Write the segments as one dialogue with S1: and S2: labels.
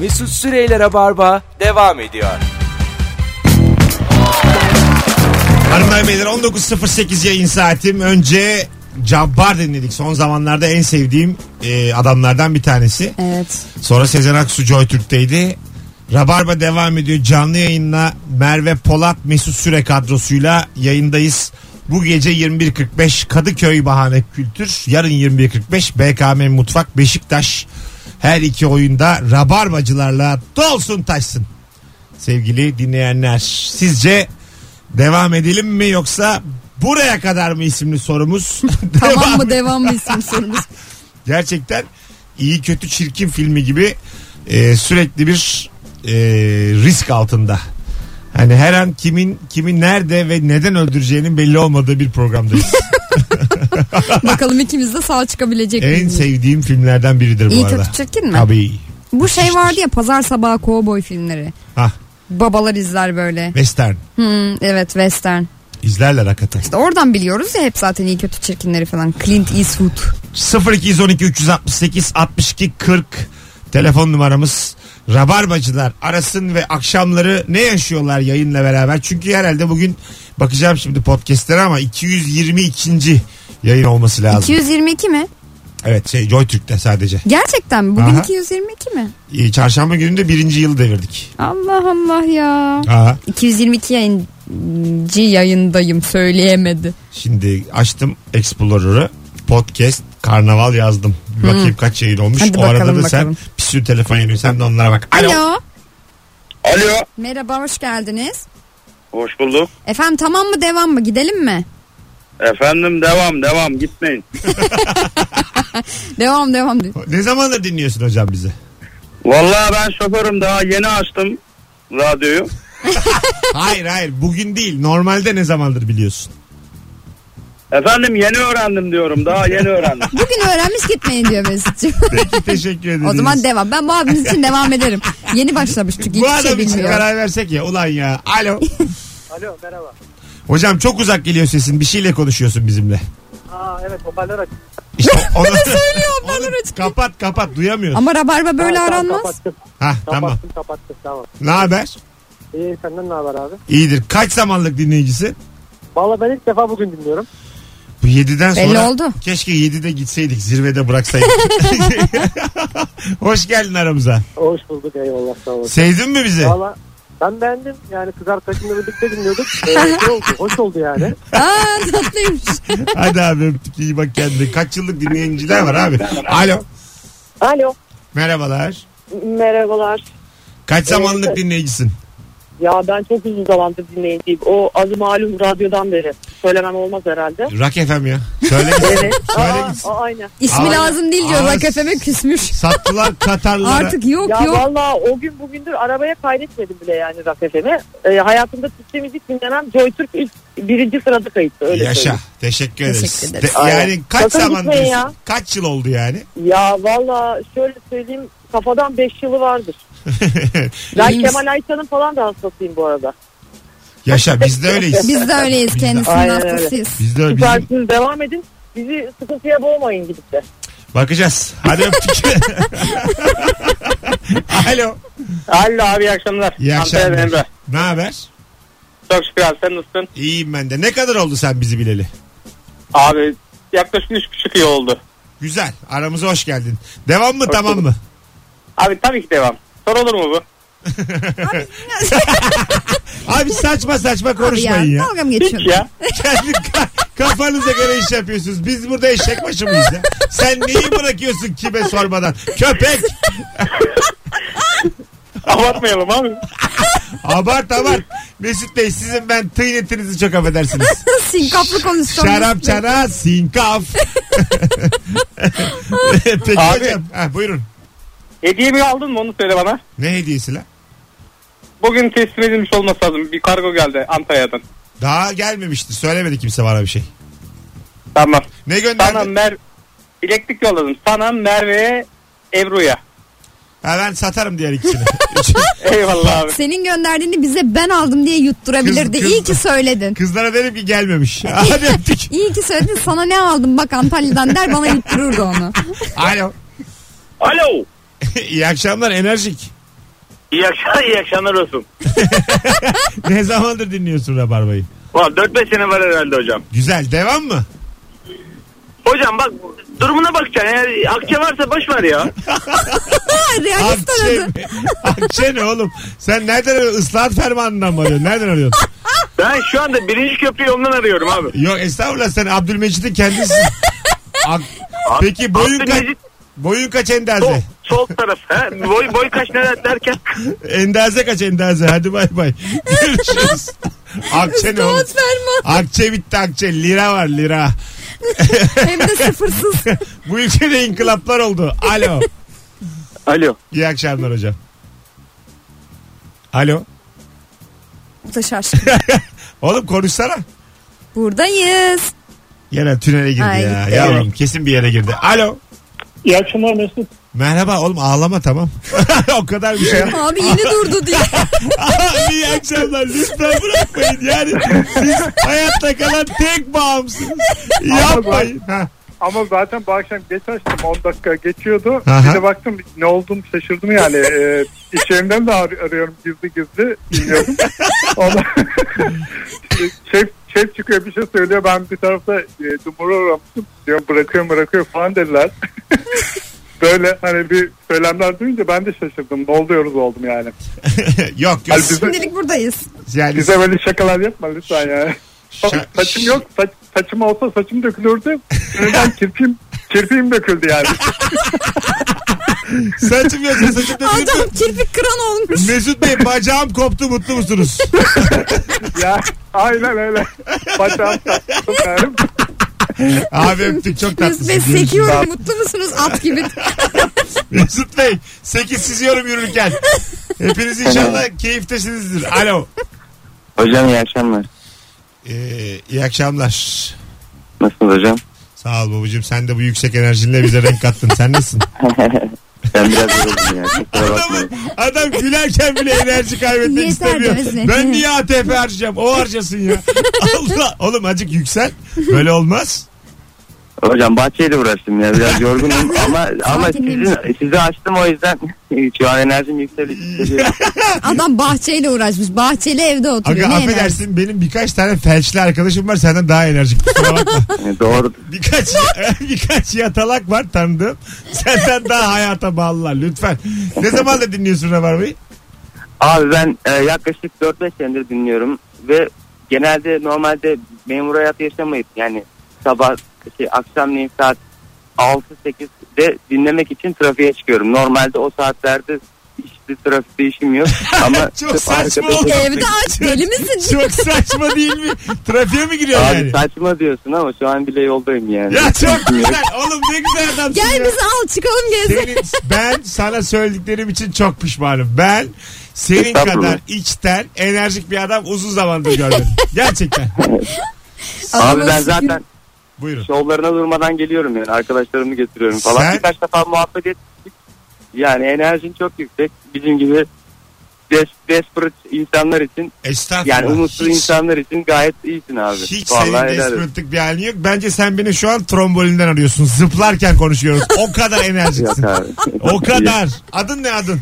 S1: Mesut Süreyler'e barba devam ediyor.
S2: Hanımlar beyler 19.08 yayın saatim. Önce Cabbar dinledik. Son zamanlarda en sevdiğim e, adamlardan bir tanesi.
S3: Evet.
S2: Sonra Sezen Aksu Joy Türk'teydi. Rabarba devam ediyor. Canlı yayınla Merve Polat Mesut Süre kadrosuyla yayındayız. Bu gece 21.45 Kadıköy Bahane Kültür. Yarın 21.45 BKM Mutfak Beşiktaş. Her iki oyunda Rabarbacılarla dolsun taşsın. Sevgili dinleyenler sizce devam edelim mi yoksa buraya kadar mı isimli sorumuz?
S3: Tamam
S2: Devam
S3: mı devam mı isim sorumuz.
S2: gerçekten iyi kötü çirkin filmi gibi e, sürekli bir e, risk altında. Hani her an kimin kimi nerede ve neden öldüreceğinin belli olmadığı bir programdayız.
S3: Bakalım ikimiz de sağ çıkabilecek
S2: en
S3: miyiz?
S2: sevdiğim filmlerden biridir bu
S3: İyi
S2: arada.
S3: kötü çirkin mi?
S2: Tabii.
S3: Bu şey vardı ya pazar sabahı kovboy filmleri.
S2: Ha,
S3: Babalar izler böyle.
S2: western.
S3: Hmm, evet western.
S2: İzlerler hakikaten.
S3: İşte oradan biliyoruz ya hep zaten iyi kötü çirkinleri falan. Clint Eastwood.
S2: 0212 368 62 40 telefon numaramız. Rabarbacılar arasın ve akşamları ne yaşıyorlar yayınla beraber? Çünkü herhalde bugün bakacağım şimdi podcastlere ama 222. yayın olması lazım.
S3: 222 mi?
S2: Evet şey JoyTürk'te sadece.
S3: Gerçekten mi? Bugün
S2: Aha.
S3: 222 mi?
S2: Ee, Çarşamba günü de birinci yılı devirdik.
S3: Allah Allah ya.
S2: Aa,
S3: 222 yayıncı yayındayım söyleyemedi.
S2: şimdi açtım Explorer'ı podcast karnaval yazdım. Bir bakayım kaç yayın olmuş.
S3: Hadi
S2: o arada
S3: bakalım,
S2: da sen
S3: bakalım.
S2: bir sürü telefon yanıyor. Sen de onlara bak.
S3: Alo.
S4: Alo.
S3: Merhaba hoş geldiniz.
S4: Hoş bulduk.
S3: Efendim tamam mı devam mı gidelim mi?
S4: Efendim devam devam gitmeyin.
S3: Devam devam. de-
S2: Ne zamandır dinliyorsun hocam bizi?
S4: Vallahi ben şoförüm daha yeni açtım radyoyu.
S2: Hayır hayır bugün değil normalde ne zamandır biliyorsun.
S4: Efendim yeni öğrendim diyorum daha yeni öğrendim.
S3: Bugün öğrenmiş gitmeyin diyor Mesut'cum.
S2: Peki teşekkür ederiz.
S3: o zaman devam. Ben bu abimiz için devam ederim. Yeni başlamış çünkü
S2: Bu
S3: hiçbir şey
S2: adam için
S3: bilmiyor.
S2: karar versek ya ulan ya. Alo.
S5: Alo merhaba.
S2: Hocam çok uzak geliyor sesin bir şeyle konuşuyorsun bizimle.
S5: Aa evet hoparlör aç.
S2: İşte onu
S3: söylüyor,
S2: Onu
S3: bana açık.
S2: Kapat kapat duyamıyoruz.
S3: Ama rabarba böyle
S5: Tamam, tamam,
S3: aranmaz.
S5: Kapattım
S2: Hah tamam.
S5: kapattım kapattım tamam.
S2: Ne haber?
S5: İyi senden ne haber abi?
S2: İyidir. Kaç zamanlık dinleyicisi?
S5: Valla ben ilk defa bugün dinliyorum.
S2: Bu 7'den sonra.
S3: Belli oldu.
S2: Keşke 7'de gitseydik zirvede bıraksaydık. Hoş geldin aramıza.
S5: Hoş bulduk eyvallah sağ olasın.
S2: Sevdin mi bizi?
S5: Valla ben beğendim yani kız arkadaşımla birlikte dinliyorduk. Ee, şey oldu, hoş oldu yani.
S3: Aa tatlıymış.
S2: Hadi abi öptük iyi bak kendine. Kaç yıllık dinleyiciler var abi. Alo.
S6: Alo.
S2: Merhabalar.
S6: Merhabalar.
S2: Kaç zamanlık dinleyicisin?
S6: Ya ben çok uzun zamandır dinleyiciyim. O adı malum radyodan beri. Söylemem olmaz herhalde.
S2: Rock FM ya. Söyle gitsin. Söyle
S6: Aa,
S2: gitsin.
S6: aa, aynen.
S3: İsmi
S2: Ay,
S3: lazım değil diyor.
S2: ay.
S3: Rock FM küsmüş.
S2: Sattılar Katarlara.
S3: Artık yok
S6: Ya
S3: yok.
S6: valla o gün bugündür arabaya kaydetmedim bile yani Rock FM'i. Ee, hayatımda Türkçe müzik dinlenen Joy Türk ilk birinci sırada kayıttı. Öyle
S2: Yaşa.
S6: söyleyeyim.
S2: Teşekkür ederiz.
S3: Teşekkür ederiz.
S2: De- yani kaç
S6: Sakın
S2: zaman
S6: gitmeyin ya.
S2: diyorsun? Kaç yıl oldu yani?
S6: Ya valla şöyle söyleyeyim kafadan 5 yılı vardır. Ben
S3: İyiymiş.
S6: Kemal Ayça'nın falan da hastasıyım bu arada.
S2: Yaşa biz de öyleyiz.
S3: Biz de öyleyiz
S2: Biz de-
S3: kendisinin
S6: Aynen öyle.
S3: hastasıyız.
S2: Biz de öyle. Bizim-
S6: Süpersiniz devam edin. Bizi sıkıntıya boğmayın gidip de.
S2: Bakacağız. Hadi öptük. Alo.
S4: Alo abi iyi akşamlar.
S2: İyi
S4: Antalya'dan Emre.
S2: akşamlar. Ne haber?
S4: Çok şükür abi sen nasılsın?
S2: İyiyim ben de. Ne kadar oldu sen bizi bileli?
S4: Abi yaklaşık 3,5 yıl oldu.
S2: Güzel. Aramıza hoş geldin. Devam mı tamam
S4: bulduk.
S2: mı?
S4: Abi tabii ki devam. Sor olur mu bu?
S2: Abi saçma saçma
S3: Abi ya,
S2: konuşmayın ya.
S3: Dalga mı geçiyorsun?
S4: Ya.
S2: Kendi ka- kafanıza göre iş yapıyorsunuz. Biz burada eşek başı mıyız ya? Sen neyi bırakıyorsun kime sormadan? Köpek!
S4: Abartmayalım abi.
S2: Abart abart. Mesut Bey sizin ben tıynetinizi çok affedersiniz.
S3: Sinkaplı konuştum.
S2: Şarap çana sinkaf. Peki
S4: Abi.
S2: hocam. Ha, buyurun.
S4: Hediye mi aldın mı onu söyle bana.
S2: Ne hediyesi lan?
S4: Bugün teslim edilmiş olması lazım. Bir kargo geldi Antalya'dan.
S2: Daha gelmemişti. Söylemedi kimse bana bir şey.
S4: Tamam.
S2: Ne
S4: Sana
S2: gönderdin?
S4: Mer... Bileklik yolladım. Sana Merve'ye Ebru'ya.
S2: Ha, ben satarım diğer ikisini.
S4: Eyvallah abi.
S3: Senin gönderdiğini bize ben aldım diye yutturabilirdi.
S2: Kız- kız-
S3: İyi ki söyledin.
S2: Kızlara derim ki gelmemiş. Hadi öptük.
S3: İyi ki söyledin sana ne aldım bak Antalya'dan der bana yuttururdu onu.
S2: Alo.
S4: Alo.
S2: İyi akşamlar enerjik.
S4: İyi akşamlar, iyi akşamlar olsun.
S2: ne zamandır dinliyorsun Rabarba'yı?
S4: Valla 4-5 sene var herhalde hocam.
S2: Güzel. Devam mı?
S4: Hocam bak durumuna bakacaksın. Eğer akçe varsa boş ver ya.
S3: Ha, realist
S2: Akçe
S3: aradı.
S2: mi? Akçe ne oğlum? Sen nereden arıyorsun? Islahat fermanından mı arıyorsun? Nereden arıyorsun?
S4: Ben şu anda birinci köprü yolundan arıyorum abi.
S2: Yok estağfurullah sen Abdülmecit'in kendisisin. Ak- Peki boyun kaç?
S4: Abdülmecit-
S2: Boyun kaç
S4: Sol,
S2: endaze?
S4: sol taraf. He? Boy, boy kaç ne derken?
S2: Endaze kaç endaze? Hadi bay bay. Görüşürüz. Akçe ne oğlum?
S3: Doğut Ferman.
S2: Akçe bitti akçe. Lira var lira.
S3: Hem de sıfırsız.
S2: Bu ülkede inkılaplar oldu. Alo.
S5: Alo.
S2: İyi akşamlar hocam. Alo.
S3: Bu da şaş.
S2: Oğlum konuşsana.
S3: Buradayız.
S2: Yine tünele girdi
S3: Ay,
S2: ya.
S3: gitti.
S2: Yavrum kesin bir yere girdi. Alo.
S5: İyi akşamlar Mesut.
S2: Merhaba oğlum ağlama tamam. o kadar bir şey.
S3: Abi yeni durdu diye.
S2: Abi iyi akşamlar lütfen bırakmayın. Yani siz hayatta kalan tek bağımsınız. Yapmayın. Ha.
S5: Ama zaten bu akşam geç açtım 10 dakika geçiyordu.
S2: Aha.
S5: Bir de baktım ne oldum şaşırdım yani. Ee, iş yerimden de ar- arıyorum gizli gizli dinliyorum. Ondan... şef, şef çıkıyor bir şey söylüyor ben bir tarafta e, dumura uğramıştım. Diyorum bırakıyorum bırakıyor falan dediler. Böyle hani bir söylemler duyunca ben de şaşırdım. Ne oluyoruz oldum yani.
S2: yok yok.
S5: Hani bize,
S3: Şimdilik buradayız.
S2: Yani
S5: bize böyle şakalar yapma lütfen yani.
S2: şa-
S5: saçım yok. Saç, saçım olsa saçım dökülürdü. Sinirden kirpiğim, kirpiğim döküldü yani.
S2: Saçım yok saçım da
S3: Adam kirpik kıran olmuş.
S2: Mesut Bey bacağım koptu mutlu musunuz?
S5: ya aynen öyle. Bacağım saçım yani.
S2: Abi öptük çok tatlısın.
S3: Mesut Bey
S2: Görüşürüz.
S3: sekiyorum mutlu musunuz at gibi.
S2: Mesut Bey 8 çiziyorum yürürken. Hepiniz inşallah keyiftesinizdir. Alo.
S7: Hocam iyi akşamlar.
S2: Ee, iyi akşamlar.
S7: Nasılsınız hocam?
S2: Sağ ol babacığım. Sen de bu yüksek enerjinle bize renk kattın. Sen nasılsın?
S7: ben biraz yoruldum ya. Kusura
S2: Adam,
S7: bakmayın.
S2: adam gülerken bile enerji kaybetmek
S3: Yeter
S2: istemiyor.
S3: demesin.
S2: Ben niye ATP harcayacağım? O harcasın ya. Allah. Oğlum acık yüksel. Böyle olmaz.
S7: Hocam bahçeyle uğraştım ya. Biraz yorgunum ama ama
S3: Sakinliğimiz.
S7: sizin, sizi açtım o yüzden şu an enerjim yükseldi.
S3: Adam bahçeyle uğraşmış. Bahçeli evde
S2: Aga
S3: oturuyor. Ne enerjisi?
S2: affedersin benim birkaç tane felçli arkadaşım var senden daha enerjik. Kusura bakma.
S7: E, Doğru.
S2: Birkaç, birkaç yatalak var tanıdığım. Senden daha hayata bağlılar lütfen. Ne zaman da dinliyorsun Rabarba'yı?
S7: Abi ben e, yaklaşık 4-5 senedir dinliyorum ve genelde normalde memur hayatı yaşamayıp yani sabah şey, akşamleyin saat 6-8'de dinlemek için trafiğe çıkıyorum. Normalde o saatlerde hiçbir trafikte işim yok ama
S2: Çok
S7: sırf
S2: saçma
S7: arkada-
S2: oldu.
S3: Evde aç deli misin?
S2: Çok saçma değil mi? Trafiğe mi giriyor
S7: Abi
S2: yani?
S7: saçma diyorsun ama şu an bile yoldayım yani.
S2: Ya çok güzel. Oğlum ne güzel adamsın ya.
S3: Gel bizi al çıkalım gezelim.
S2: Senin, ben sana söylediklerim için çok pişmanım. Ben senin
S7: Estağfurullah.
S2: kadar içten enerjik bir adam uzun zamandır görmedim. Gerçekten.
S7: Abi ben
S3: Allah'ım.
S7: zaten
S2: Buyurun.
S7: şovlarına durmadan geliyorum yani arkadaşlarımı getiriyorum falan.
S2: Sen-
S7: Birkaç defa muhabbet ettik. Yani enerjin çok yüksek. Bizim gibi des desperate insanlar için
S2: Estağfurullah.
S7: yani umutsuz
S2: Hiç-
S7: insanlar için gayet iyisin abi.
S2: Hiç
S7: Vallahi
S2: senin
S7: helal olsun.
S2: despertlık bir halin yok. Bence sen beni şu an trombolinden arıyorsun. Zıplarken konuşuyoruz. O kadar enerjiksin.
S7: Yok abi.
S2: o kadar. Adın ne adın?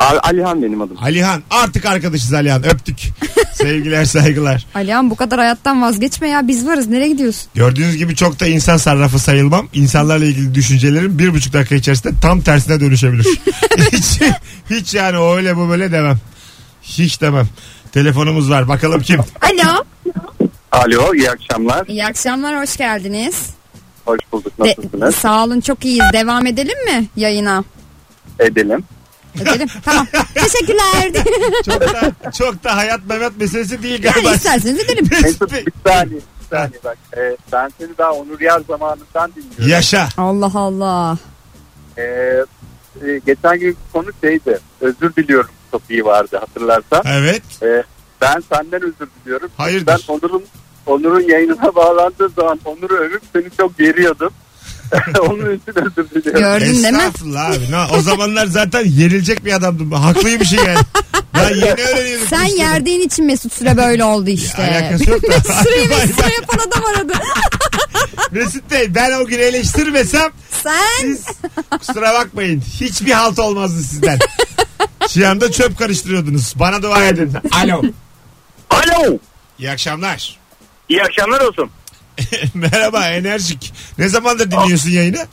S7: abi. Alihan benim adım.
S2: Alihan. Artık arkadaşız Alihan. Öptük. Sevgiler saygılar.
S3: Alihan bu kadar hayattan vazgeçme ya biz varız nereye gidiyorsun?
S2: Gördüğünüz gibi çok da insan sarrafı sayılmam. İnsanlarla ilgili düşüncelerim bir buçuk dakika içerisinde tam tersine dönüşebilir. hiç, hiç yani o öyle bu böyle demem. Hiç demem. Telefonumuz var. Bakalım kim?
S3: Alo.
S7: Alo iyi akşamlar.
S3: İyi akşamlar hoş geldiniz.
S7: Hoş bulduk.
S3: De- sağ olun çok iyiyiz devam edelim mi yayına?
S7: Edelim.
S3: Edelim tamam teşekkürler.
S2: Çok da, çok da hayat memat meselesi değil
S3: yani
S2: galiba.
S3: isterseniz edelim.
S2: Mesut Bey,
S7: saniye.
S2: saniye
S7: bak. E, ben seni daha Onur Yer zamanından dinliyorum.
S2: Yaşa.
S3: Allah Allah.
S7: Ee, e, geçen gün konu şeydi. Özür diliyorum topiği vardı hatırlarsan.
S2: Evet.
S7: Ee, ben senden özür diliyorum.
S2: Hayırdır?
S7: Ben Onur'un Onur'un yayınına bağlandığı zaman Onur'u övüp seni çok geriyordum. Onun için özür diliyorum.
S3: Gördün değil mi?
S2: Estağfurullah abi. Na- o zamanlar zaten yenilecek bir adamdım. Haklıymışım yani. Ben yeni öğreniyorum.
S3: Sen
S2: Üstelik.
S3: yerdiğin için Mesut Süre böyle oldu işte.
S2: Alakası yok da.
S3: Süreyi
S2: Vay
S3: ve
S2: vay.
S3: süre yapan adam aradı.
S2: Mesut Bey ben o gün eleştirmesem
S3: Sen
S2: siz kusura bakmayın. Hiçbir halt olmazdı sizden. Şu anda çöp karıştırıyordunuz. Bana dua edin. Alo.
S4: Alo.
S2: İyi akşamlar.
S4: İyi akşamlar olsun.
S2: Merhaba enerjik. Ne zamandır dinliyorsun yayını?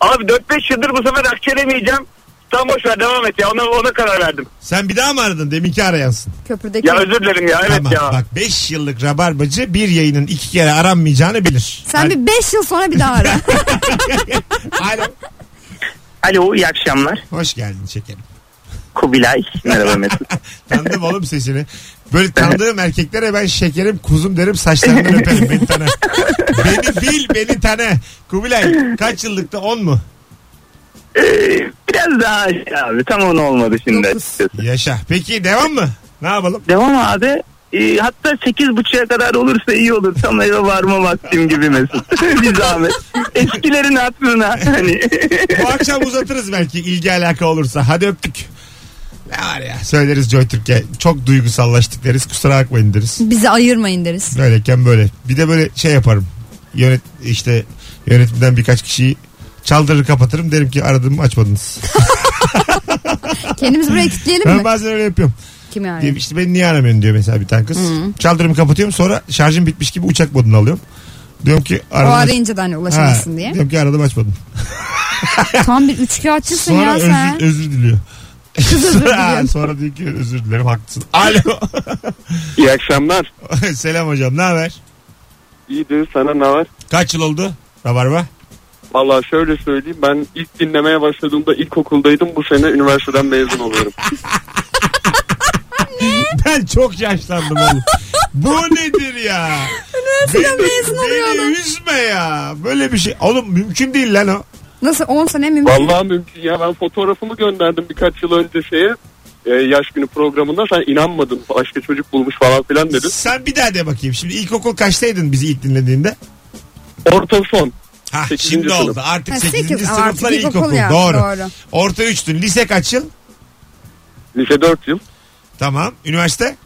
S4: Abi 4-5 yıldır bu sefer akçelemeyeceğim. Tam boş ver devam et ya ona, ona karar verdim.
S2: Sen bir daha mı aradın? Deminki arayansın.
S3: Köprüdeki
S4: Ya özür dilerim ya evet
S2: tamam.
S4: ya.
S2: Bak 5 yıllık rabarbacı bir yayının iki kere aranmayacağını bilir.
S3: Sen bir 5 yıl sonra bir daha ara.
S2: Alo.
S8: Alo iyi akşamlar.
S2: Hoş geldin şekerim.
S8: Kubilay. Merhaba Mesut.
S2: Tanıdım oğlum sesini. Böyle tanıdığım erkeklere ben şekerim kuzum derim saçlarından öperim beni tanı. beni bil beni tanı. Kubilay kaç yıllıkta 10 mu?
S8: Ee, biraz daha aşağı abi. Tam onu olmadı şimdi
S3: Dokuz.
S8: açıkçası.
S2: Yaşa. Peki devam mı? Ne yapalım?
S8: Devam abi. Ee, hatta sekiz buçuğa kadar olursa iyi olur. Tam eve varma vaktim gibi Mesut. bir zahmet. Eskilerin hatırına. Hani.
S2: Bu akşam uzatırız belki ilgi alaka olursa. Hadi öptük. Ne var ya söyleriz Joy Türkiye. Çok duygusallaştık deriz kusura bakmayın deriz.
S3: Bizi ayırmayın deriz.
S2: Böyleyken böyle. Bir de böyle şey yaparım. Yönet işte yönetimden birkaç kişiyi çaldırır kapatırım derim ki aradım açmadınız.
S3: Kendimizi buraya kitleyelim
S2: Ben
S3: mi?
S2: bazen öyle yapıyorum.
S3: Kim
S2: Diyeyim,
S3: yani?
S2: işte beni niye aramıyorsun diyor mesela bir tane kız. Çaldırımı kapatıyorum sonra şarjım bitmiş gibi uçak moduna alıyorum. Diyorum ki
S3: O
S2: aradım.
S3: arayınca da hani ulaşamazsın
S2: Ha,
S3: diye.
S2: Diyorum ki aradım açmadın.
S3: Tam bir üçkağıtçısın
S2: Sonra
S3: ya sen.
S2: özür, özür diliyor.
S3: özür
S2: sonra,
S3: diliyor.
S2: sonra diyor ki özür dilerim haklısın. Alo.
S9: İyi akşamlar.
S2: Selam hocam ne haber?
S9: İyidir sana ne var?
S2: Kaç yıl oldu? Rabarba.
S9: Valla şöyle söyleyeyim ben ilk dinlemeye başladığımda ilkokuldaydım bu sene üniversiteden mezun oluyorum.
S2: Ben çok yaşlandım oğlum. Bu nedir ya? Üniversiteden
S3: mezun oluyor adam.
S2: Beni üzme ya. Böyle bir şey. Oğlum mümkün değil lan o.
S3: Nasıl 10 sene mümkün?
S9: Valla mümkün ya ben fotoğrafımı gönderdim birkaç yıl önce şeye e, yaş günü programında sen inanmadın başka çocuk bulmuş falan filan dedin.
S2: Sen bir daha de bakayım. Şimdi ilkokul kaçtaydın bizi ilk dinlediğinde?
S9: Orta son.
S2: Ha
S9: Sekizinci
S2: şimdi
S9: sınıf.
S2: oldu. Artık
S3: Ha,
S2: 8.
S3: sekiz. Aa,
S2: sınıflar
S3: artık
S2: ilkokul.
S3: ilkokul ya.
S2: Doğru.
S3: Doğru.
S2: Orta 3'tün. Lise kaç yıl?
S9: Lise 4 yıl
S2: Tamam. Üniversite?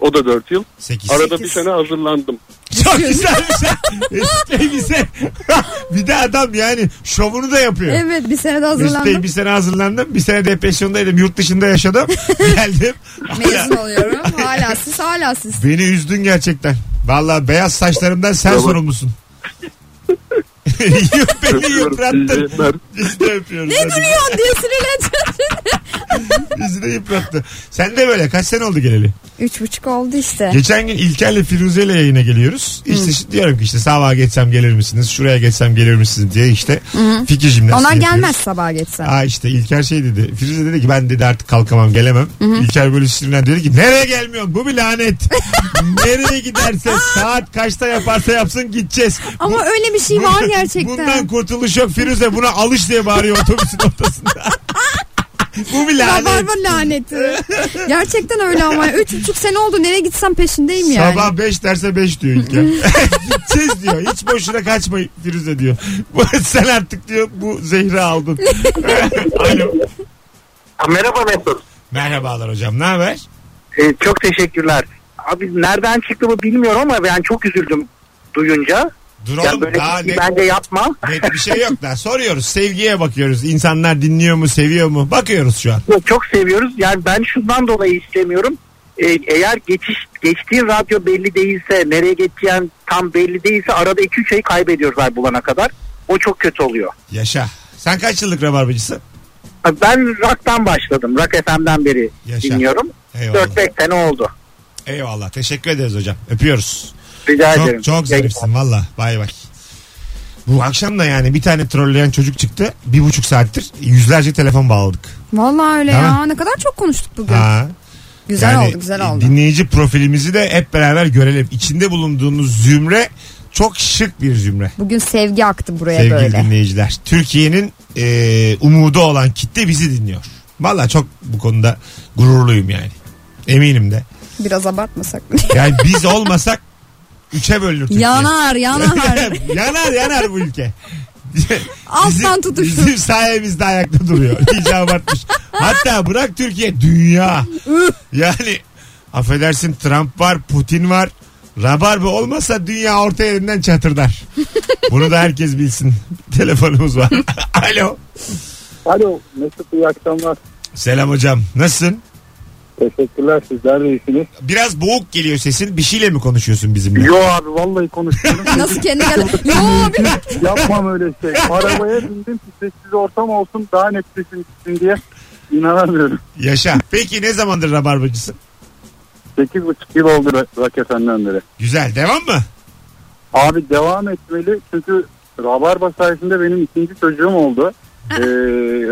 S9: o da 4 yıl.
S2: 8.
S9: Arada bir
S3: Sekiz.
S9: sene hazırlandım.
S2: Çok güzelmiş. ha. Mesut Bey bize. bir de adam yani şovunu da yapıyor.
S3: Evet bir sene de
S2: Mesut Bey
S3: hazırlandım.
S2: bir sene hazırlandım. Bir sene depresyondaydım. Yurt dışında yaşadım. Geldim.
S3: Mezun oluyorum. Hala siz hala siz.
S2: Beni üzdün gerçekten. Valla beyaz saçlarımdan sen
S9: Bravo.
S2: sorumlusun. Beni yıprattın.
S9: İzleyenler.
S2: Biz de yapıyoruz.
S3: Ne duruyorsun diye sinirlendim.
S2: Bizi de yıprattı. Sen de böyle kaç sene oldu geleli?
S3: Üç buçuk oldu işte.
S2: Geçen gün İlker'le Firuze ile yayına geliyoruz. İşte şi- diyorum ki işte sabaha geçsem gelir misiniz? Şuraya geçsem gelir misiniz diye işte fikir jimnastiği
S3: Onlar
S2: yapıyoruz.
S3: gelmez sabaha geçsen.
S2: Aa işte İlker şey dedi. Firuze dedi ki ben dedi artık kalkamam gelemem. İlker böyle sinirlen dedi ki nereye gelmiyorsun bu bir lanet. nereye giderse saat kaçta yaparsa yapsın gideceğiz.
S3: Ama
S2: Bu-
S3: öyle bir şey var gerçekten.
S2: Bundan kurtuluş yok Firuze buna alış diye bağırıyor otobüsün ortasında. bu bir lanet.
S3: Rabarba laneti. Gerçekten öyle ama. Üç buçuk sene oldu. Nereye gitsem peşindeyim yani.
S2: Sabah 5 derse 5 diyor İlker. Gideceğiz diyor. Hiç boşuna kaçmayın Firuze diyor. Sen artık diyor bu zehri aldın. Alo.
S8: Merhaba Mesut.
S2: Merhabalar hocam ne haber?
S8: Ee, çok teşekkürler. Abi nereden çıktı bu bilmiyorum ama ben çok üzüldüm duyunca.
S2: Dur
S8: Ya
S2: oğlum
S8: böyle
S2: daha
S8: bir şey
S2: ne,
S8: bence yapma.
S2: net bir şey yok daha soruyoruz. Sevgiye bakıyoruz. İnsanlar dinliyor mu seviyor mu? Bakıyoruz şu an.
S8: Yok, Çok seviyoruz. Yani ben şundan dolayı istemiyorum. Ee, eğer geçiş geçtiğin radyo belli değilse, nereye geçeceğin tam belli değilse arada 2-3 ay kaybediyoruz ay bulana kadar. O çok kötü oluyor.
S2: Yaşa. Sen kaç yıllık rabarbacısın?
S8: Abi Ben rock'tan başladım. Rock FM'den beri
S2: Yaşa.
S8: dinliyorum.
S2: Eyvallah.
S8: 4-5 sene oldu.
S2: Eyvallah. Teşekkür ederiz hocam. Öpüyoruz.
S8: Rica ederim.
S2: Çok, çok zarifsin valla. Bay bay. Bu akşam da yani bir tane trolleyen çocuk çıktı. Bir buçuk saattir yüzlerce telefon bağladık.
S3: Vallahi öyle
S2: Değil
S3: ya.
S2: mi?
S3: Ne kadar çok konuştuk bugün.
S2: Ha,
S3: güzel
S2: yani
S3: oldu güzel oldu.
S2: Dinleyici profilimizi de hep beraber görelim. İçinde bulunduğunuz zümre çok şık bir zümre.
S3: Bugün sevgi aktı buraya
S2: Sevgili
S3: böyle.
S2: dinleyiciler. Türkiye'nin e, umudu olan kitle bizi dinliyor. Valla çok bu konuda gururluyum yani. Eminim de.
S3: Biraz abartmasak.
S2: Yani biz olmasak üçe bölünür Türkiye.
S3: yanar yanar.
S2: yanar yanar bu ülke.
S3: Alttan tutuştu.
S2: Bizim sayemizde ayakta duruyor. İyice abartmış. Hatta bırak Türkiye dünya. yani affedersin Trump var, Putin var. Rabarba olmasa dünya orta yerinden çatırdar. Bunu da herkes bilsin. Telefonumuz var. Alo.
S5: Alo Mesut iyi akşamlar.
S2: Selam hocam. Nasılsın?
S5: Teşekkürler sizler de iyisiniz.
S2: Biraz boğuk geliyor sesin. Bir şeyle mi konuşuyorsun bizimle?
S5: Yo abi vallahi konuşuyorum.
S3: Nasıl kendi gel? Yo bir bak.
S5: Yapmam öyle şey. Arabaya bindim ki sessiz ortam olsun daha net sesim gitsin diye. İnanamıyorum.
S2: Yaşa. Peki ne zamandır rabarbacısın?
S5: 8,5 yıl oldu Ra- Rock FM'den beri.
S2: Güzel. Devam mı?
S5: Abi devam etmeli çünkü Rabarba sayesinde benim ikinci çocuğum oldu. Ee,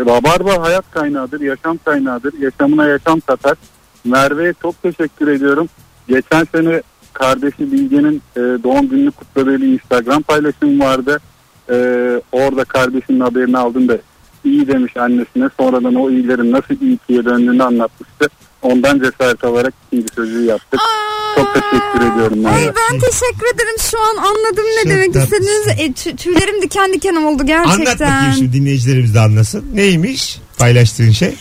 S5: Rabarba hayat kaynağıdır, yaşam kaynağıdır. Yaşamına yaşam katar. Merve'ye çok teşekkür ediyorum. Geçen sene kardeşi Bilge'nin e, doğum gününü kutladığı bir Instagram paylaşım vardı. Ee, orada kardeşinin haberini aldım da iyi demiş annesine. Sonradan o iyilerin nasıl iyi kiye döndüğünü anlatmıştı. Ondan cesaret alarak ikinci çocuğu yaptık. Çok teşekkür ediyorum
S3: Ay
S5: Merve.
S3: ben teşekkür ederim şu an anladım ne
S2: Çok
S3: demek
S2: tatlısın.
S3: istediğiniz. E, tü- tüylerim diken diken oldu gerçekten.
S2: Anlat bakayım şimdi dinleyicilerimiz de anlasın. Neymiş paylaştığın şey?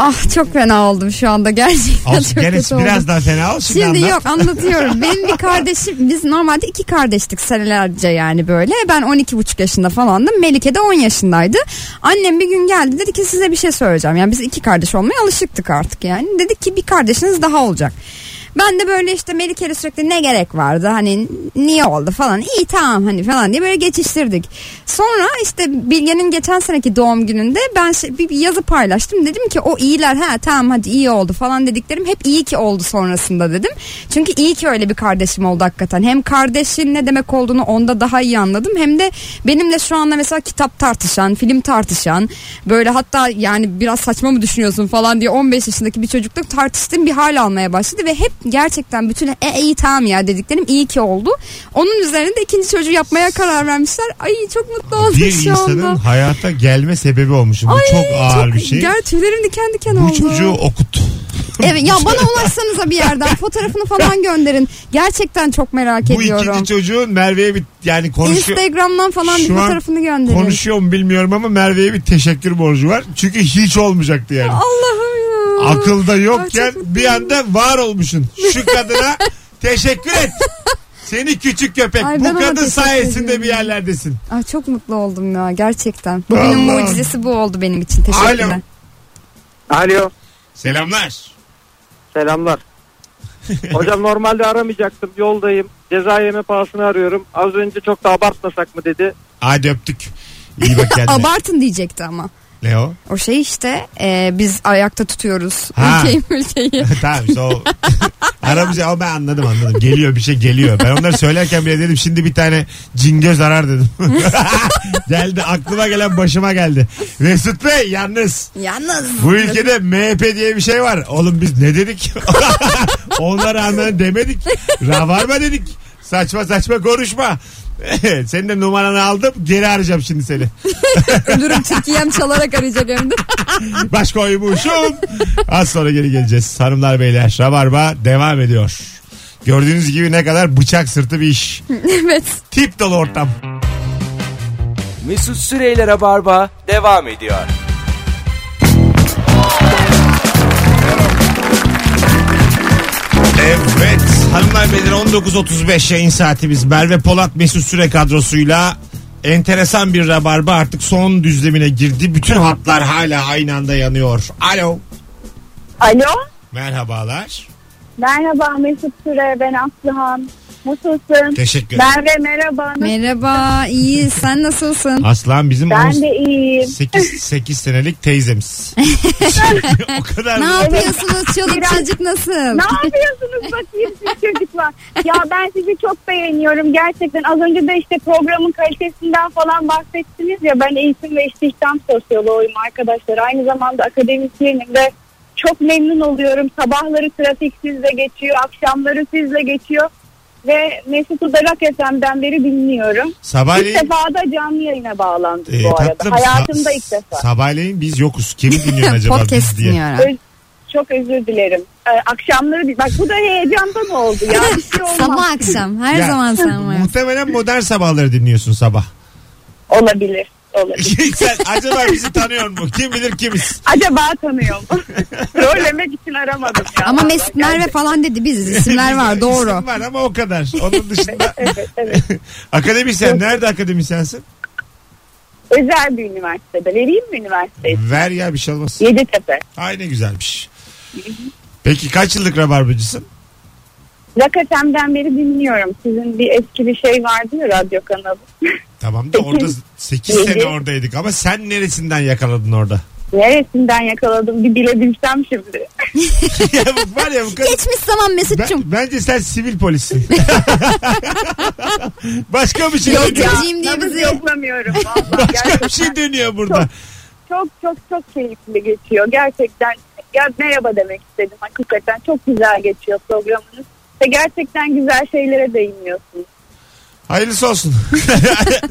S3: Ah çok fena oldum şu anda gerçekten
S2: Al,
S3: çok
S2: gene
S3: kötü oldum.
S2: biraz daha fena ol. Şimdi,
S3: Şimdi
S2: anlat.
S3: yok anlatıyorum. Benim bir kardeşim biz normalde iki kardeştik senelerce yani böyle. Ben 12,5 yaşında falandım. Melike de 10 yaşındaydı. Annem bir gün geldi dedi ki size bir şey söyleyeceğim. Yani biz iki kardeş olmaya alışıktık artık yani. Dedik ki bir kardeşiniz daha olacak. Ben de böyle işte Melike'yle sürekli ne gerek vardı hani niye oldu falan iyi tamam hani falan diye böyle geçiştirdik. Sonra işte Bilge'nin geçen seneki doğum gününde ben şey- bir, bir yazı paylaştım dedim ki o iyiler ha tamam hadi iyi oldu falan dediklerim hep iyi ki oldu sonrasında dedim. Çünkü iyi ki öyle bir kardeşim oldu hakikaten hem kardeşin ne demek olduğunu onda daha iyi anladım hem de benimle şu anda mesela kitap tartışan film tartışan böyle hatta yani biraz saçma mı düşünüyorsun falan diye 15 yaşındaki bir çocukla tartıştığım bir hal almaya başladı ve hep gerçekten bütün e, iyi tamam ya dediklerim iyi ki oldu. Onun üzerine de ikinci çocuğu yapmaya karar vermişler. Ay çok mutlu oldum
S2: bir
S3: şu anda.
S2: insanın hayata gelme sebebi olmuşum. Bu çok ağır bir şey.
S3: Gel tüylerim diken diken
S2: Bu
S3: oldu.
S2: çocuğu okut.
S3: Evet ya bana ulaşsanıza bir yerden fotoğrafını falan gönderin. Gerçekten çok merak
S2: Bu
S3: ediyorum.
S2: ikinci çocuğun Merve'ye bir yani konuşuyor.
S3: Instagram'dan falan bir
S2: Şu an
S3: fotoğrafını gönderin.
S2: Konuşuyor mu bilmiyorum ama Merve'ye bir teşekkür borcu var. Çünkü hiç olmayacaktı yani.
S3: Allah'ım ya.
S2: Akılda yokken
S3: Ay, çok
S2: bir anda var olmuşsun. Şu kadına teşekkür et. Seni küçük köpek.
S3: Ay, ben
S2: Bu
S3: ona
S2: kadın
S3: teşekkür
S2: sayesinde
S3: ediyorum.
S2: bir yerlerdesin.
S3: Ay çok mutlu oldum ya gerçekten. Bugünün
S2: Allah.
S3: mucizesi bu oldu benim için.
S2: Alo.
S3: Teşekkürler.
S7: Alo.
S2: Selamlar.
S7: Selamlar. Hocam normalde aramayacaktım. Yoldayım. Ceza yeme pahasını arıyorum. Az önce çok da abartmasak mı dedi.
S2: Hadi öptük. İyi bak kendine.
S3: Abartın diyecekti ama.
S2: ne o?
S3: O şey işte e, biz ayakta tutuyoruz
S2: Ha.
S3: ülkeyi ülkeyi.
S2: tamam işte o aramızda o ben anladım anladım. Geliyor bir şey geliyor. Ben onları söylerken bile dedim şimdi bir tane cingöz arar dedim. geldi aklıma gelen başıma geldi. Mesut Bey yalnız
S3: Yalnız.
S2: bu ülkede MHP diye bir şey var. Oğlum biz ne dedik? Onlara rağmen demedik. Ravarma dedik. Saçma saçma konuşma. Senin de numaranı aldım. Geri arayacağım şimdi seni.
S3: Ölürüm Türkiye'm çalarak arayacak hem de.
S2: Baş koymuşum. Az sonra geri geleceğiz. Hanımlar beyler Rabarba devam ediyor. Gördüğünüz gibi ne kadar bıçak sırtı bir iş.
S3: evet.
S2: Tip dolu ortam.
S1: Mesut Süreyler'e barba devam ediyor.
S2: Evet hanımlar beyler 19.35 yayın saatimiz. Merve Polat Mesut Süre kadrosuyla enteresan bir Rabarba artık son düzlemine girdi. Bütün hatlar hala aynı anda yanıyor. Alo.
S10: Alo.
S2: Merhabalar.
S10: Merhaba Mesut Süre. Ben Aslıhan. Nasılsın?
S2: Teşekkür ederim.
S10: Merve merhaba.
S3: Merhaba iyi sen nasılsın?
S2: Aslan bizim
S10: Ben de iyiyim.
S2: 8, 8 senelik teyzemiz. o kadar
S3: Ne
S2: da-
S3: yapıyorsunuz çoluk
S10: Biraz-
S3: çocuk nasıl?
S10: Ne yapıyorsunuz bakayım siz çocuklar? Ya ben sizi çok beğeniyorum gerçekten. Az önce de işte programın kalitesinden falan bahsettiniz ya. Ben eğitim ve istihdam sosyoloğuyum arkadaşlar. Aynı zamanda akademisyenim ve çok memnun oluyorum. Sabahları trafik sizle geçiyor, akşamları sizle geçiyor. Ve Mesut'u da Rock FM'den beri dinliyorum.
S2: Sabahleyin
S10: İlk defa da canlı yayına bağlandım
S2: Ee,
S10: bu arada.
S2: tatlım,
S10: Hayatımda
S2: sa-
S10: ilk defa.
S2: Sabahleyin biz yokuz. Kim dinliyor acaba biz
S3: Podcast
S2: diye.
S3: dinliyorum.
S10: Öz- çok özür dilerim. Ee, akşamları bir- bak bu da heyecandan oldu ya. Bir şey olmaz.
S3: Sabah akşam her
S2: Ya,
S3: zaman sen varsın.
S2: Muhtemelen modern sabahları dinliyorsun sabah.
S10: Olabilir. Olabilir.
S2: Sen acaba bizi tanıyor mu? Kim bilir kimiz?
S10: Acaba tanıyor mu? Söylemek için aramadım ya.
S3: Ama Mesut Merve falan dedi biziz isimler var
S2: Bizim
S3: doğru.
S2: isim var ama o kadar. Onun dışında
S10: Evet, evet.
S2: akademisyen. Nerede akademisyensin?
S10: Özel bir üniversitede. Vereyim mi üniversiteyi?
S2: Ver ya bir şey olmaz.
S10: Yeditepe.
S2: Ay ne güzelmiş. Peki kaç yıllık rabarbacısın?
S10: Rakatem'den beri dinliyorum. Sizin bir eski bir şey vardı ya radyo kanalı.
S2: Tamam da orada 8
S10: Yedi.
S2: sene oradaydık ama sen neresinden yakaladın orada?
S10: Neresinden yakaladım bir bilebilsem şimdi.
S2: ya bu- var ya bu kadın.
S3: Geçmiş zaman Mesut'cum.
S2: Ben- bence sen sivil polissin. Başka bir şey dönüyor.
S3: Yolcucuyum diye
S10: Yalnız
S3: bizi.
S10: yoklamıyorum valla.
S2: Başka bir şey dönüyor burada.
S10: Çok çok çok keyifli geçiyor. Gerçekten ya merhaba demek istedim. Hakikaten çok güzel geçiyor programınız. Ve gerçekten güzel şeylere değiniyorsunuz.
S2: Hayırlısı olsun.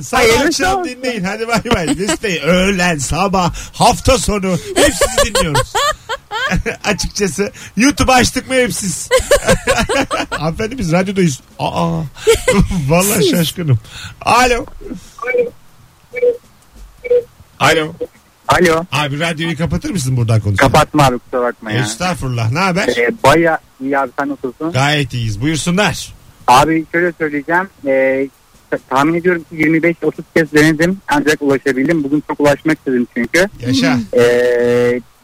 S2: Sabah
S10: Hayırlısı
S2: akşam
S10: olsun.
S2: dinleyin. Hadi bay bay. Listeyi öğlen, sabah, hafta sonu hepsini dinliyoruz. Açıkçası YouTube açtık mı hepsiz. Hanımefendi biz radyodayız. Aa. Vallahi şaşkınım. Alo. Alo.
S8: Alo.
S2: Abi radyoyu kapatır mısın buradan konuşalım?
S8: Kapatma abi kusura bakma ya.
S2: Estağfurullah. Ne haber?
S8: Ee, Baya iyi abi sen nasılsın?
S2: Gayet iyiyiz. Buyursunlar.
S8: Abi şöyle söyleyeceğim. Ee, t- tahmin ediyorum ki 25-30 kez denedim ancak ulaşabildim. Bugün çok ulaşmak istedim çünkü.
S2: Yaşa.
S8: Ee,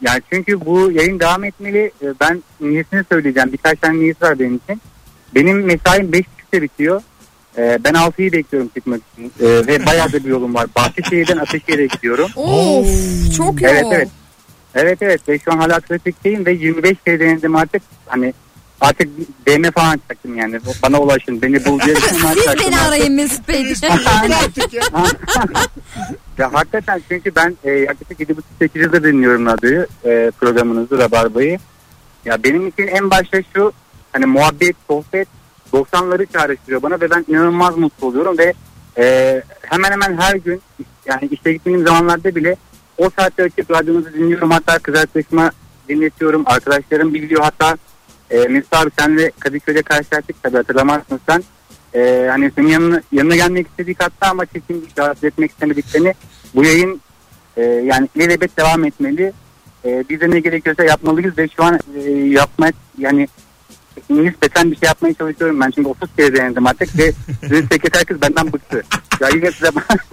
S8: yani çünkü bu yayın devam etmeli. Ee, Ben niyesini söyleyeceğim. Birkaç tane niyet var benim için. Benim mesaim 5.30'da bitiyor. Ee, ben 6'yı bekliyorum çıkmak için. Ee, ve bayağı da bir yolum var. Bahçeşehir'den Ateşehir'e gidiyorum.
S3: Of çok yol.
S8: Evet evet. Evet evet ve şu an hala trafikteyim ve 25 kere denedim artık hani artık DM falan açacaktım yani bana ulaşın beni bul diye şey DM
S3: Siz
S8: açacaktım
S3: beni
S8: artık.
S3: arayın Mesut Bey.
S2: Biz bunu yaptık ya.
S8: ya hakikaten çünkü ben e, yaklaşık 7.30-8 yıldır dinliyorum radyoyu e, programınızı Rabarba'yı. Ya benim için en başta şu hani muhabbet, sohbet 90'ları çağrıştırıyor bana ve ben inanılmaz mutlu oluyorum ve e, hemen hemen her gün yani işte gittiğim zamanlarda bile o saatte açıp radyonuzu dinliyorum hatta kız arkadaşıma dinletiyorum arkadaşlarım biliyor hatta e, Mesut abi senle Kadıköy'de karşılaştık tabii hatırlamazsın sen e, hani senin yanına, yanına gelmek istedik hatta ama kesin rahatsız etmek istemediklerini bu yayın e, yani elbet devam etmeli. E, biz de ne gerekiyorsa yapmalıyız ve şu an e, yapmak yani nispeten bir şey yapmaya çalışıyorum ben. Çünkü 30 kere denedim artık ve sizin sekreter kız benden bıktı. Ya yine size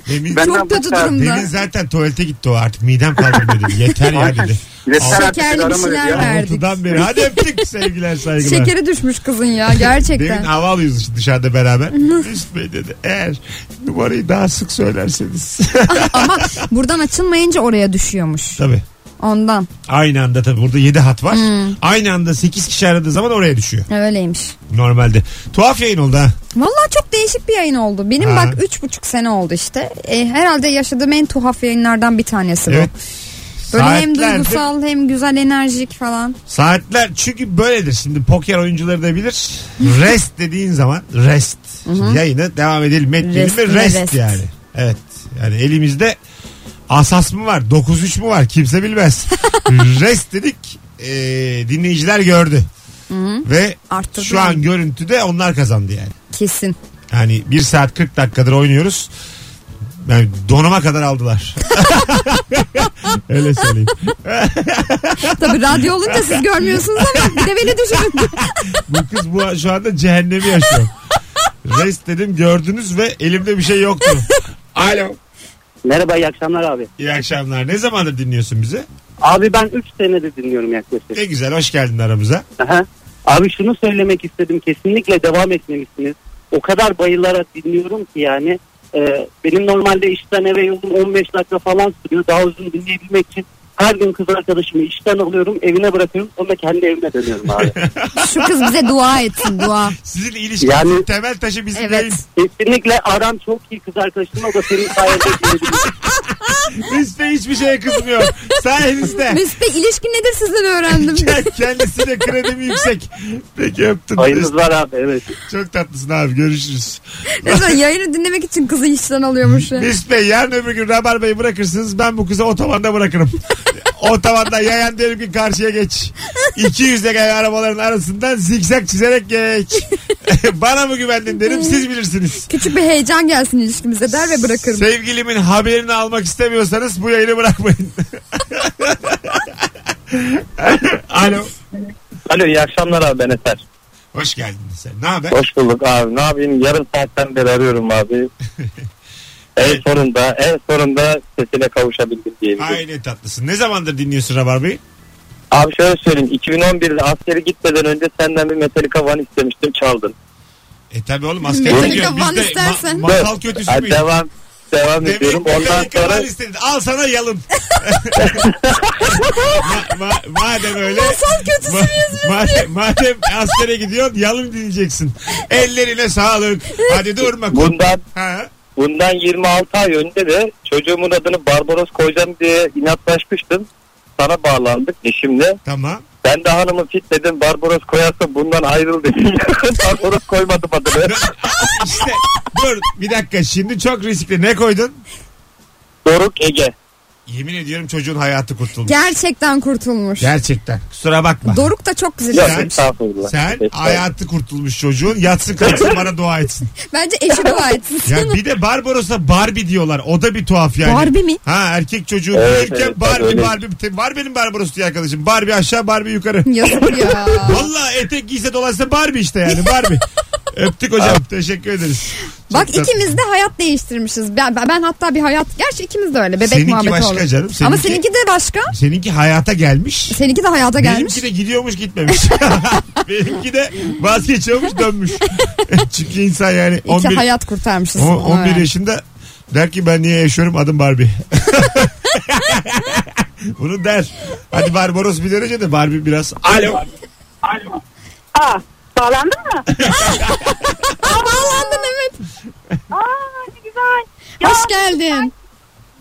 S2: Demin,
S8: benden
S3: Çok kötü
S8: bıktı.
S3: durumda.
S2: demin zaten tuvalete gitti o artık. Midem kaldırmıyor dedi. Yeter ya dedi.
S8: Bir de sen
S2: Şekerli
S3: bir
S8: artık beni arama dedi
S3: şeyler
S8: ya.
S3: ver. Verdik.
S2: Altıdan beri. Hadi öptük sevgiler saygılar.
S3: Şekeri düşmüş kızın ya
S2: Demin
S3: gerçekten.
S2: hava alıyoruz işte dışarıda beraber. Mesut Bey dedi eğer numarayı daha sık söylerseniz.
S3: Ama buradan açılmayınca oraya düşüyormuş.
S2: tabii.
S3: Ondan.
S2: Aynı anda tabii burada 7 hat var. Aynı anda 8 kişi aradığı zaman oraya düşüyor.
S3: Öyleymiş.
S2: Normalde. Tuhaf yayın oldu ha.
S3: Vallahi çok değişik bir yayın oldu. Benim
S2: Ha.
S3: bak üç buçuk sene oldu işte. E, herhalde yaşadığım en tuhaf yayınlardan bir tanesi bu.
S2: Evet.
S3: Böyle hem
S2: Saatlerdir-
S3: duygusal hem güzel enerjik falan.
S2: Saatler çünkü böyledir. Şimdi poker oyuncuları da bilir. Rest dediğin zaman rest. Şimdi yayına devam edelim etmeyelim
S3: Rest
S2: mi?
S3: mi
S2: Rest,
S3: rest?
S2: yani. Evet. Yani elimizde asas mı var? 9-3 mü var? Kimse bilmez. rest dedik. Ee, dinleyiciler gördü. Ve
S3: Arttırdı
S2: şu
S3: yani.
S2: an görüntüde onlar kazandı yani.
S3: Kesin.
S2: Yani 1 saat 40 dakikadır oynuyoruz. Yani donuma kadar aldılar. Öyle söyleyeyim.
S3: Tabii radyo olunca siz görmüyorsunuz ama bir de beni düşünün.
S2: Bu kız bu şu anda cehennemi yaşıyor. Rest dedim gördünüz ve elimde bir şey yoktu. Alo.
S7: Merhaba iyi akşamlar abi.
S2: İyi akşamlar. Ne zamandır dinliyorsun bizi?
S7: Abi ben 3 senedir dinliyorum yaklaşık.
S2: Ne güzel hoş geldin aramıza.
S7: Aha. Abi şunu söylemek istedim kesinlikle devam etmelisiniz. O kadar bayılarak dinliyorum ki yani. Ee, benim normalde işten eve yolum 15 dakika falan sürüyor. Daha uzun dinleyebilmek için her gün kız arkadaşımı işten alıyorum evine bırakıyorum sonra kendi evime dönüyorum abi.
S3: Şu kız bize dua etsin dua.
S2: Sizin ilişkinizin
S7: Yani-
S2: temel taşı bizim
S3: Evet.
S2: yayın.
S7: kesinlikle aram çok iyi kız arkadaşım o da senin sayende dinledim.
S2: Üstte hiçbir şeye kızmıyor. Sayenizde.
S3: Mesut Bey ilişki nedir sizden öğrendim.
S2: Kendisine kredim yüksek. Peki öptüm.
S7: Hayırınız var abi evet.
S2: Çok tatlısın abi görüşürüz.
S3: Mesela yayını dinlemek için kızı işten alıyormuş. ya.
S2: Mesut Bey yarın öbür gün Rabarba'yı bırakırsınız ben bu kızı otobanda bırakırım. otobanda yayan derim ki karşıya geç. 200 ile gelen arabaların arasından zikzak çizerek geç. Bana mı güvendin derim siz bilirsiniz.
S3: Küçük bir heyecan gelsin ilişkimize der ve bırakırım.
S2: Sevgilimin haberini almak istemiyorsanız bu yayını bırakmayın. Alo.
S7: Alo iyi akşamlar abi ben Eser.
S2: Hoş geldin sen. Ne haber?
S7: Hoş bulduk abi ne yapayım yarım saatten beri arıyorum abi.
S11: En sonunda en sonunda sesine kavuşabildim diyebilirim.
S2: Aile tatlısın. Ne zamandır dinliyorsun Rabarbe'yi?
S11: Abi şöyle söyleyeyim 2011'de askere gitmeden önce senden bir Metallica One istemiştim çaldın.
S2: E tabi oğlum askere
S11: Metallica
S2: gidiyor. Biz
S11: One
S2: de
S11: istersen.
S2: ma- masal kötüsü
S11: Ha,
S2: müyüz?
S11: devam- devam
S2: Demek
S11: ediyorum.
S2: ki
S11: Ondan
S2: Metallica
S11: sonra-
S2: var istedi. Al sana yalın. ma- ma- madem öyle.
S12: Masal kötüsü
S2: ma- madem, madem askere gidiyorsun yalın dinleyeceksin. Ellerine sağlık. Hadi durma.
S11: Bundan
S2: Ha.
S11: bundan 26 ay önce de çocuğumun adını Barbaros koyacağım diye inatlaşmıştım. Sana bağlandık eşimle.
S2: Tamam.
S11: Ben de hanımı fitledim Barbaros koyarsa bundan ayrıl dedim. Barbaros koymadım adını.
S2: İşte dur bir dakika şimdi çok riskli. Ne koydun?
S11: Doruk Ege.
S2: Yemin ediyorum çocuğun hayatı kurtulmuş.
S3: Gerçekten kurtulmuş.
S2: Gerçekten. Kusura bakma.
S3: Doruk da çok güzel.
S2: sen,
S3: isim.
S2: sen hayatı kurtulmuş çocuğun yatsın kalksın bana dua etsin.
S3: Bence eşi dua etsin.
S2: Ya bir de Barbaros'a Barbie diyorlar. O da bir tuhaf yani.
S3: Barbie mi?
S2: Ha erkek çocuğu
S11: Evet,
S2: büyürken
S11: evet,
S2: Barbie
S11: öyle.
S2: Barbie. Te- Var benim Barbaros diye arkadaşım. Barbie aşağı Barbie yukarı.
S3: Yazık ya.
S2: Valla etek giyse dolaşsa Barbie işte yani Barbie. Öptük
S11: Ah.
S2: hocam. Teşekkür ederiz.
S3: Bak
S2: Çok tatlı.
S3: ikimiz de hayat değiştirmişiz. Ben, ben- ben hatta bir hayat... Gerçi ikimiz de öyle. Bebek
S2: Seninki
S3: muhabbeti
S2: başka
S3: oldu.
S2: canım,
S3: Ama
S2: seninki-
S3: seninki de başka.
S2: Seninki hayata gelmiş.
S3: Seninki de hayata gelmiş.
S2: Benimki de gidiyormuş gitmemiş. Benimki de vazgeçiyormuş dönmüş. Çünkü insan yani
S3: İki
S2: 11,
S3: hayat kurtarmışız.
S2: O-
S3: Ona
S2: 11
S3: rağmen.
S2: yaşında der ki ben niye yaşıyorum adım Barbie. Bunu der. Hadi Barbaros bir derece de Barbie biraz. Alo.
S10: Aa, bağlandın mı?
S3: Aa, bağlandın evet.
S10: Aa, ne güzel.
S3: Hoş geldin.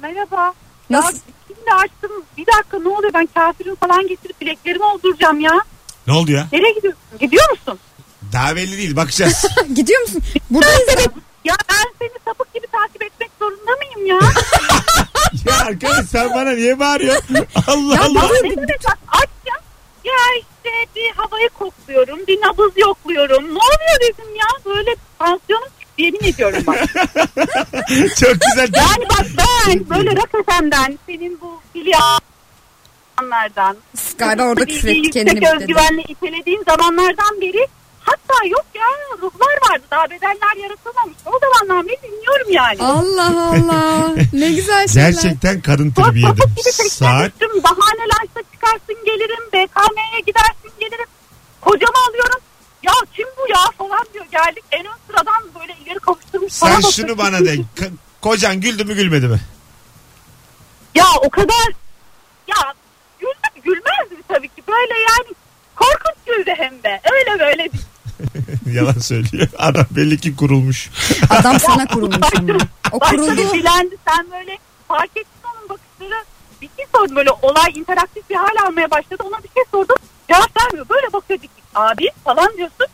S10: Merhaba.
S3: Nasıl?
S10: Ya, şimdi açtım. Bir dakika ne oluyor ben kafirin falan getirip bileklerimi olduracağım ya.
S2: Ne oldu ya?
S10: Nereye gidiyorsun? Gidiyor musun?
S2: Daha belli değil bakacağız.
S3: Gidiyor musun? Buradayız evet.
S10: Ya ben seni sapık gibi takip etmek zorunda mıyım ya?
S2: ya arkadaş sen bana niye bağırıyorsun? Allah
S10: ya
S2: Allah.
S10: ben seni de bak açacağım. Ya işte bir havayı kokluyorum, bir nabız yokluyorum. Ne oluyor dedim ya böyle tansiyonum çıktı yemin ediyorum bak.
S2: Çok güzel.
S10: Yani bak ben böyle rock FM'den, senin bu filyanlardan.
S3: Galiba orada küfür etti, kendini
S10: Yüksek
S3: bitirdi.
S10: özgüvenle itelediğim zamanlardan beri hatta yok ya ruhlar vardı daha bedeller yaratılmamış. O zamandan beri dinliyorum yani.
S3: Allah Allah. Ne güzel şeyler.
S2: Gerçekten kadın tribi yedim. Saat
S10: Tüm bahanelerse çıkarsın gelirim BKM'ye gidersin gelirim. Kocamı alıyorum. Ya kim bu ya falan diyor. Geldik en ön sıradan böyle ileri kavuşturmuş.
S2: sen
S10: falan bakıyor.
S2: şunu bana de. K- kocan güldü mü gülmedi mi?
S10: Ya o kadar ya güldü gülmezdi tabii ki böyle yani korkunç güldü hem de öyle böyle değil.
S2: Yalan söylüyor. Adam belli ki kurulmuş.
S3: Adam sana kurulmuş ama. O
S10: Başta
S3: kuruldu.
S10: bir bilendi sen böyle fark ettin onun bakışları bir şey sordum böyle olay interaktif bir hal almaya başladı ona bir şey sordum cevap vermiyor böyle bakıyor dik dik, abi falan diyorsun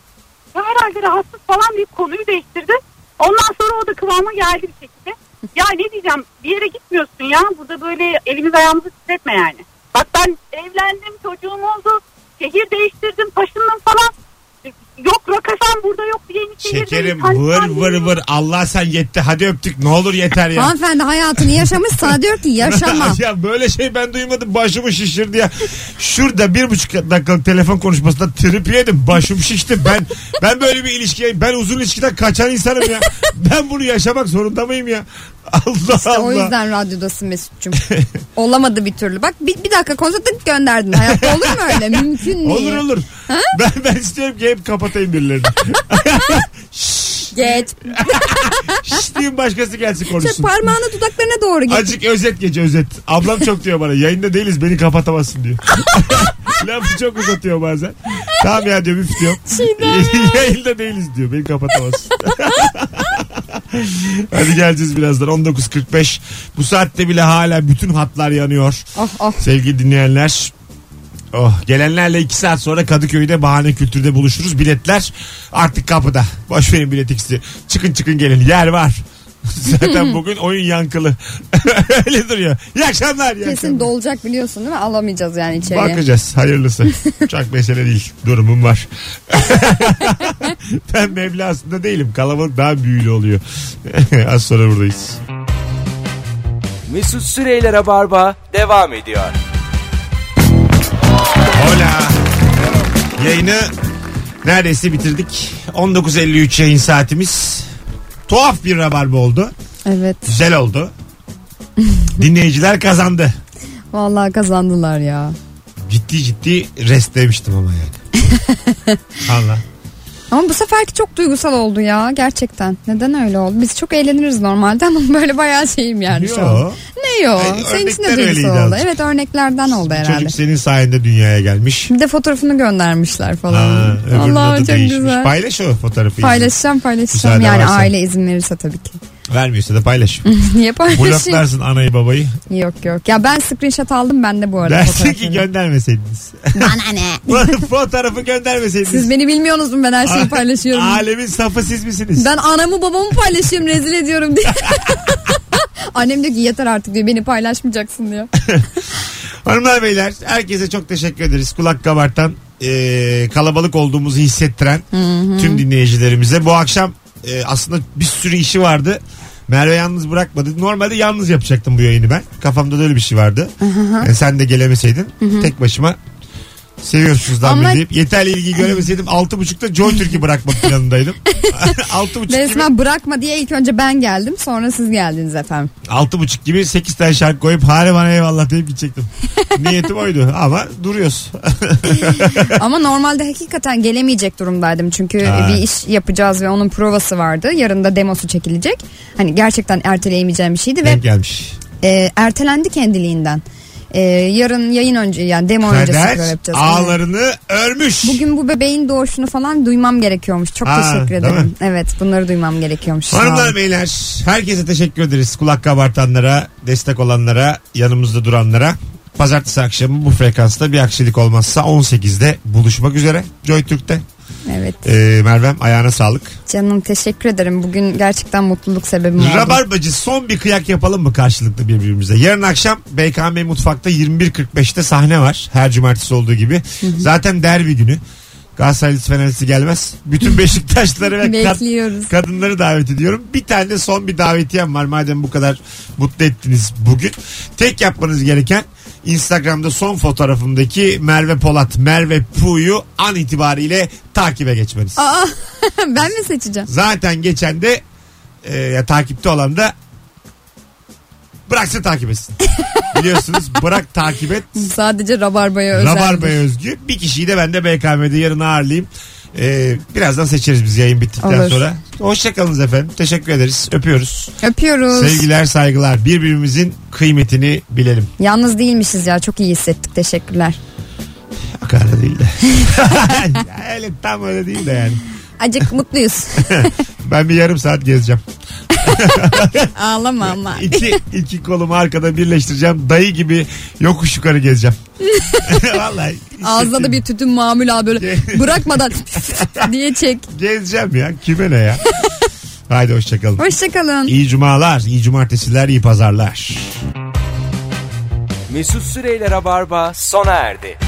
S10: ya herhalde rahatsız falan deyip konuyu değiştirdi ondan sonra o da kıvama geldi bir şekilde ya ne diyeceğim bir yere gitmiyorsun ya burada böyle elimiz ayağımızı titretme yani bak ben evlendim çocuğum oldu şehir değiştirdim taşındım falan yok Rakasan burada yok diye
S2: Şekerim vır vır vır Allah sen yetti hadi öptük ne olur yeter ya.
S3: Hanımefendi hayatını yaşamış sana diyor ki yaşama.
S2: ya böyle şey ben duymadım başımı şişirdi ya. Şurada bir buçuk dakikalık telefon konuşmasında trip yedim başım şişti. Ben ben böyle bir ilişkiye ben uzun ilişkiden kaçan insanım ya. Ben bunu yaşamak zorunda mıyım ya? Allah
S3: İşte
S2: Allah.
S3: o yüzden radyodasın Mesut'cum. Olamadı bir türlü. Bak bir, bir dakika konuştuk gönderdin. Hayatta olur mu öyle? Mümkün değil.
S2: Olur olur. Ben, ben istiyorum ki hep kapatayım birilerini.
S3: Geç.
S2: Şşş diyeyim başkası gelsin
S3: Şöyle
S2: konuşsun.
S3: parmağını dudaklarına doğru geç.
S2: Azıcık özet gece özet. Ablam çok diyor bana yayında değiliz beni kapatamazsın diyor. Lafı çok uzatıyor bazen. Tamam ya diyor müf diyor. yayında değiliz diyor beni kapatamazsın. Hadi geleceğiz birazdan 19.45. Bu saatte bile hala bütün hatlar yanıyor.
S3: Oh oh.
S2: Sevgili dinleyenler. Oh, gelenlerle 2 saat sonra Kadıköy'de Bahane Kültür'de buluşuruz. Biletler artık kapıda. Boş verin bilet ikisi. Çıkın çıkın gelin. Yer var. Zaten bugün oyun yankılı. Öyle duruyor. İyi akşamlar. iyi
S3: Kesin
S2: akşamlar.
S3: dolacak biliyorsun değil mi? Alamayacağız yani içeriye.
S2: Bakacağız. Hayırlısı. Çok mesele değil. Durumum var. ben mevlasında değilim. Kalabalık daha büyülü oluyor. Az sonra buradayız.
S1: Mesut Süreyler'e barba devam ediyor.
S2: Hola. Yayını neredeyse bitirdik. 19.53 yayın saatimiz. Tuhaf bir rabarba oldu.
S3: Evet.
S2: Güzel oldu. Dinleyiciler kazandı.
S3: Vallahi kazandılar ya.
S2: Ciddi ciddi rest demiştim ama yani. Allah.
S3: Ama bu seferki çok duygusal oldu ya gerçekten. Neden öyle oldu? Biz çok eğleniriz normalde ama böyle bayağı şeyim yani şu an.
S2: Yo.
S3: Ne yo?
S2: Ay,
S3: Senin için de
S2: örnekler öyleydi
S3: duygusal oldu.
S2: azıcık.
S3: Evet örneklerden oldu herhalde.
S2: Çocuk senin sayende dünyaya gelmiş.
S3: Bir de fotoğrafını göndermişler falan.
S2: Ha, öbürünün
S3: Allah
S2: adı
S3: çok
S2: değişmiş.
S3: güzel.
S2: Paylaş o fotoğrafı.
S3: Paylaşacağım paylaşacağım.
S2: Müsaade
S3: yani
S2: varsa.
S3: aile izin verirse tabii ki.
S2: Vermiyorsa da paylaş.
S3: Niye paylaşayım?
S2: Bloklarsın anayı babayı.
S3: Yok yok. Ya ben screenshot aldım ben de bu arada
S2: Dersin
S3: fotoğrafını.
S2: ki göndermeseydiniz.
S3: Bana ne?
S2: Fotoğrafı göndermeseydiniz.
S3: Siz beni bilmiyorsunuz mu ben her şeyi
S2: A-
S3: paylaşıyorum.
S2: Alemin safı siz misiniz?
S3: Ben anamı babamı paylaşayım rezil ediyorum diye. Annem diyor ki yeter artık diyor beni paylaşmayacaksın diyor.
S2: Hanımlar beyler herkese çok teşekkür ederiz. Kulak kabartan e, kalabalık olduğumuzu hissettiren tüm dinleyicilerimize. Bu akşam e, aslında bir sürü işi vardı. Merve yalnız bırakmadı. Normalde yalnız yapacaktım bu yayını ben. Kafamda da öyle bir şey vardı. Yani sen de gelemeseydin tek başıma seviyorsunuz lan
S3: Ama-
S2: beni deyip yeterli ilgi göremeseydim 6.30'da Joy Türk'ü bırakmak planındaydım. 6.30 gibi,
S3: Resmen bırakma diye ilk önce ben geldim sonra siz geldiniz efendim.
S2: 6.30 gibi 8 tane şarkı koyup hare bana eyvallah deyip gidecektim. Niyetim oydu ama duruyoruz.
S3: Ama normalde hakikaten gelemeyecek durumdaydım. Çünkü
S2: Ha.
S3: bir iş yapacağız ve onun provası vardı. Yarın da demosu çekilecek. Hani gerçekten erteleyemeyeceğim bir şeydi ve
S2: Denk gelmiş.
S3: e, ertelendi kendiliğinden. E, yarın yayın önce yani demo öncesi
S2: Kader
S3: program yapacağız.
S2: ağlarını örmüş.
S3: Bugün bu bebeğin doğuşunu falan duymam gerekiyormuş. Çok
S2: Ha,
S3: teşekkür
S2: değil mi?
S3: ederim. Evet bunları duymam gerekiyormuş. Sağ olun.
S2: Hanımlar beyler herkese teşekkür ederiz. Kulak kabartanlara, destek olanlara, yanımızda duranlara. Pazartesi akşamı bu frekansta bir aksilik olmazsa 18'de buluşmak üzere Joy Türk'te.
S3: Evet
S2: Ee, Mervem ayağına sağlık.
S3: canım teşekkür ederim. Bugün gerçekten mutluluk sebebim oldu.
S2: Rabarbacı son bir kıyak yapalım mı karşılıklı birbirimize? Yarın akşam BKM Mutfak'ta 21.45'te sahne var. Her cumartesi olduğu gibi. Zaten derbi günü. Galatasaraylı Fenerlisi gelmez. Bütün Beşiktaşları ve kad-
S3: Bekliyoruz.
S2: kadınları davet ediyorum. Bir tane de son bir davetiyem var. Madem bu kadar mutlu ettiniz bugün. Tek yapmanız gereken Instagram'da son fotoğrafımdaki Merve Polat, Merve Pu'yu an itibariyle takibe geçmeniz.
S3: Aa, ben mi seçeceğim?
S2: Zaten geçen de e, ya takipte olan da bıraksın takip etsin. Biliyorsunuz bırak takip et.
S3: Sadece rabarbaya özel.
S2: Rabarba'ya özgü. Bir kişiyi de ben de BKM'de yarın ağırlayayım. E, birazdan seçeriz biz yayın bittikten
S3: Olur.
S2: sonra. Hoşçakalınız efendim. Teşekkür ederiz. Öpüyoruz.
S3: Öpüyoruz.
S2: Sevgiler saygılar. Birbirimizin kıymetini bilelim.
S3: Yalnız değilmişiz ya çok iyi hissettik teşekkürler.
S2: Akarda değil de. öyle, tam öyle değil de yani.
S3: Acık mutluyuz.
S2: Ben bir yarım saat gezeceğim.
S3: Ağlama ama.
S2: İki, iki kolumu arkada birleştireceğim. Dayı gibi yokuş yukarı gezeceğim. Vallahi.
S3: Ağzına da bir tütün mamül abi böyle bırakmadan diye çek.
S2: Gezeceğim ya. Kime ne ya? Haydi hoşçakalın.
S3: Hoşçakalın.
S2: İyi cumalar, iyi cumartesiler, iyi pazarlar.
S1: Mesut Süreyler'e barba sona erdi.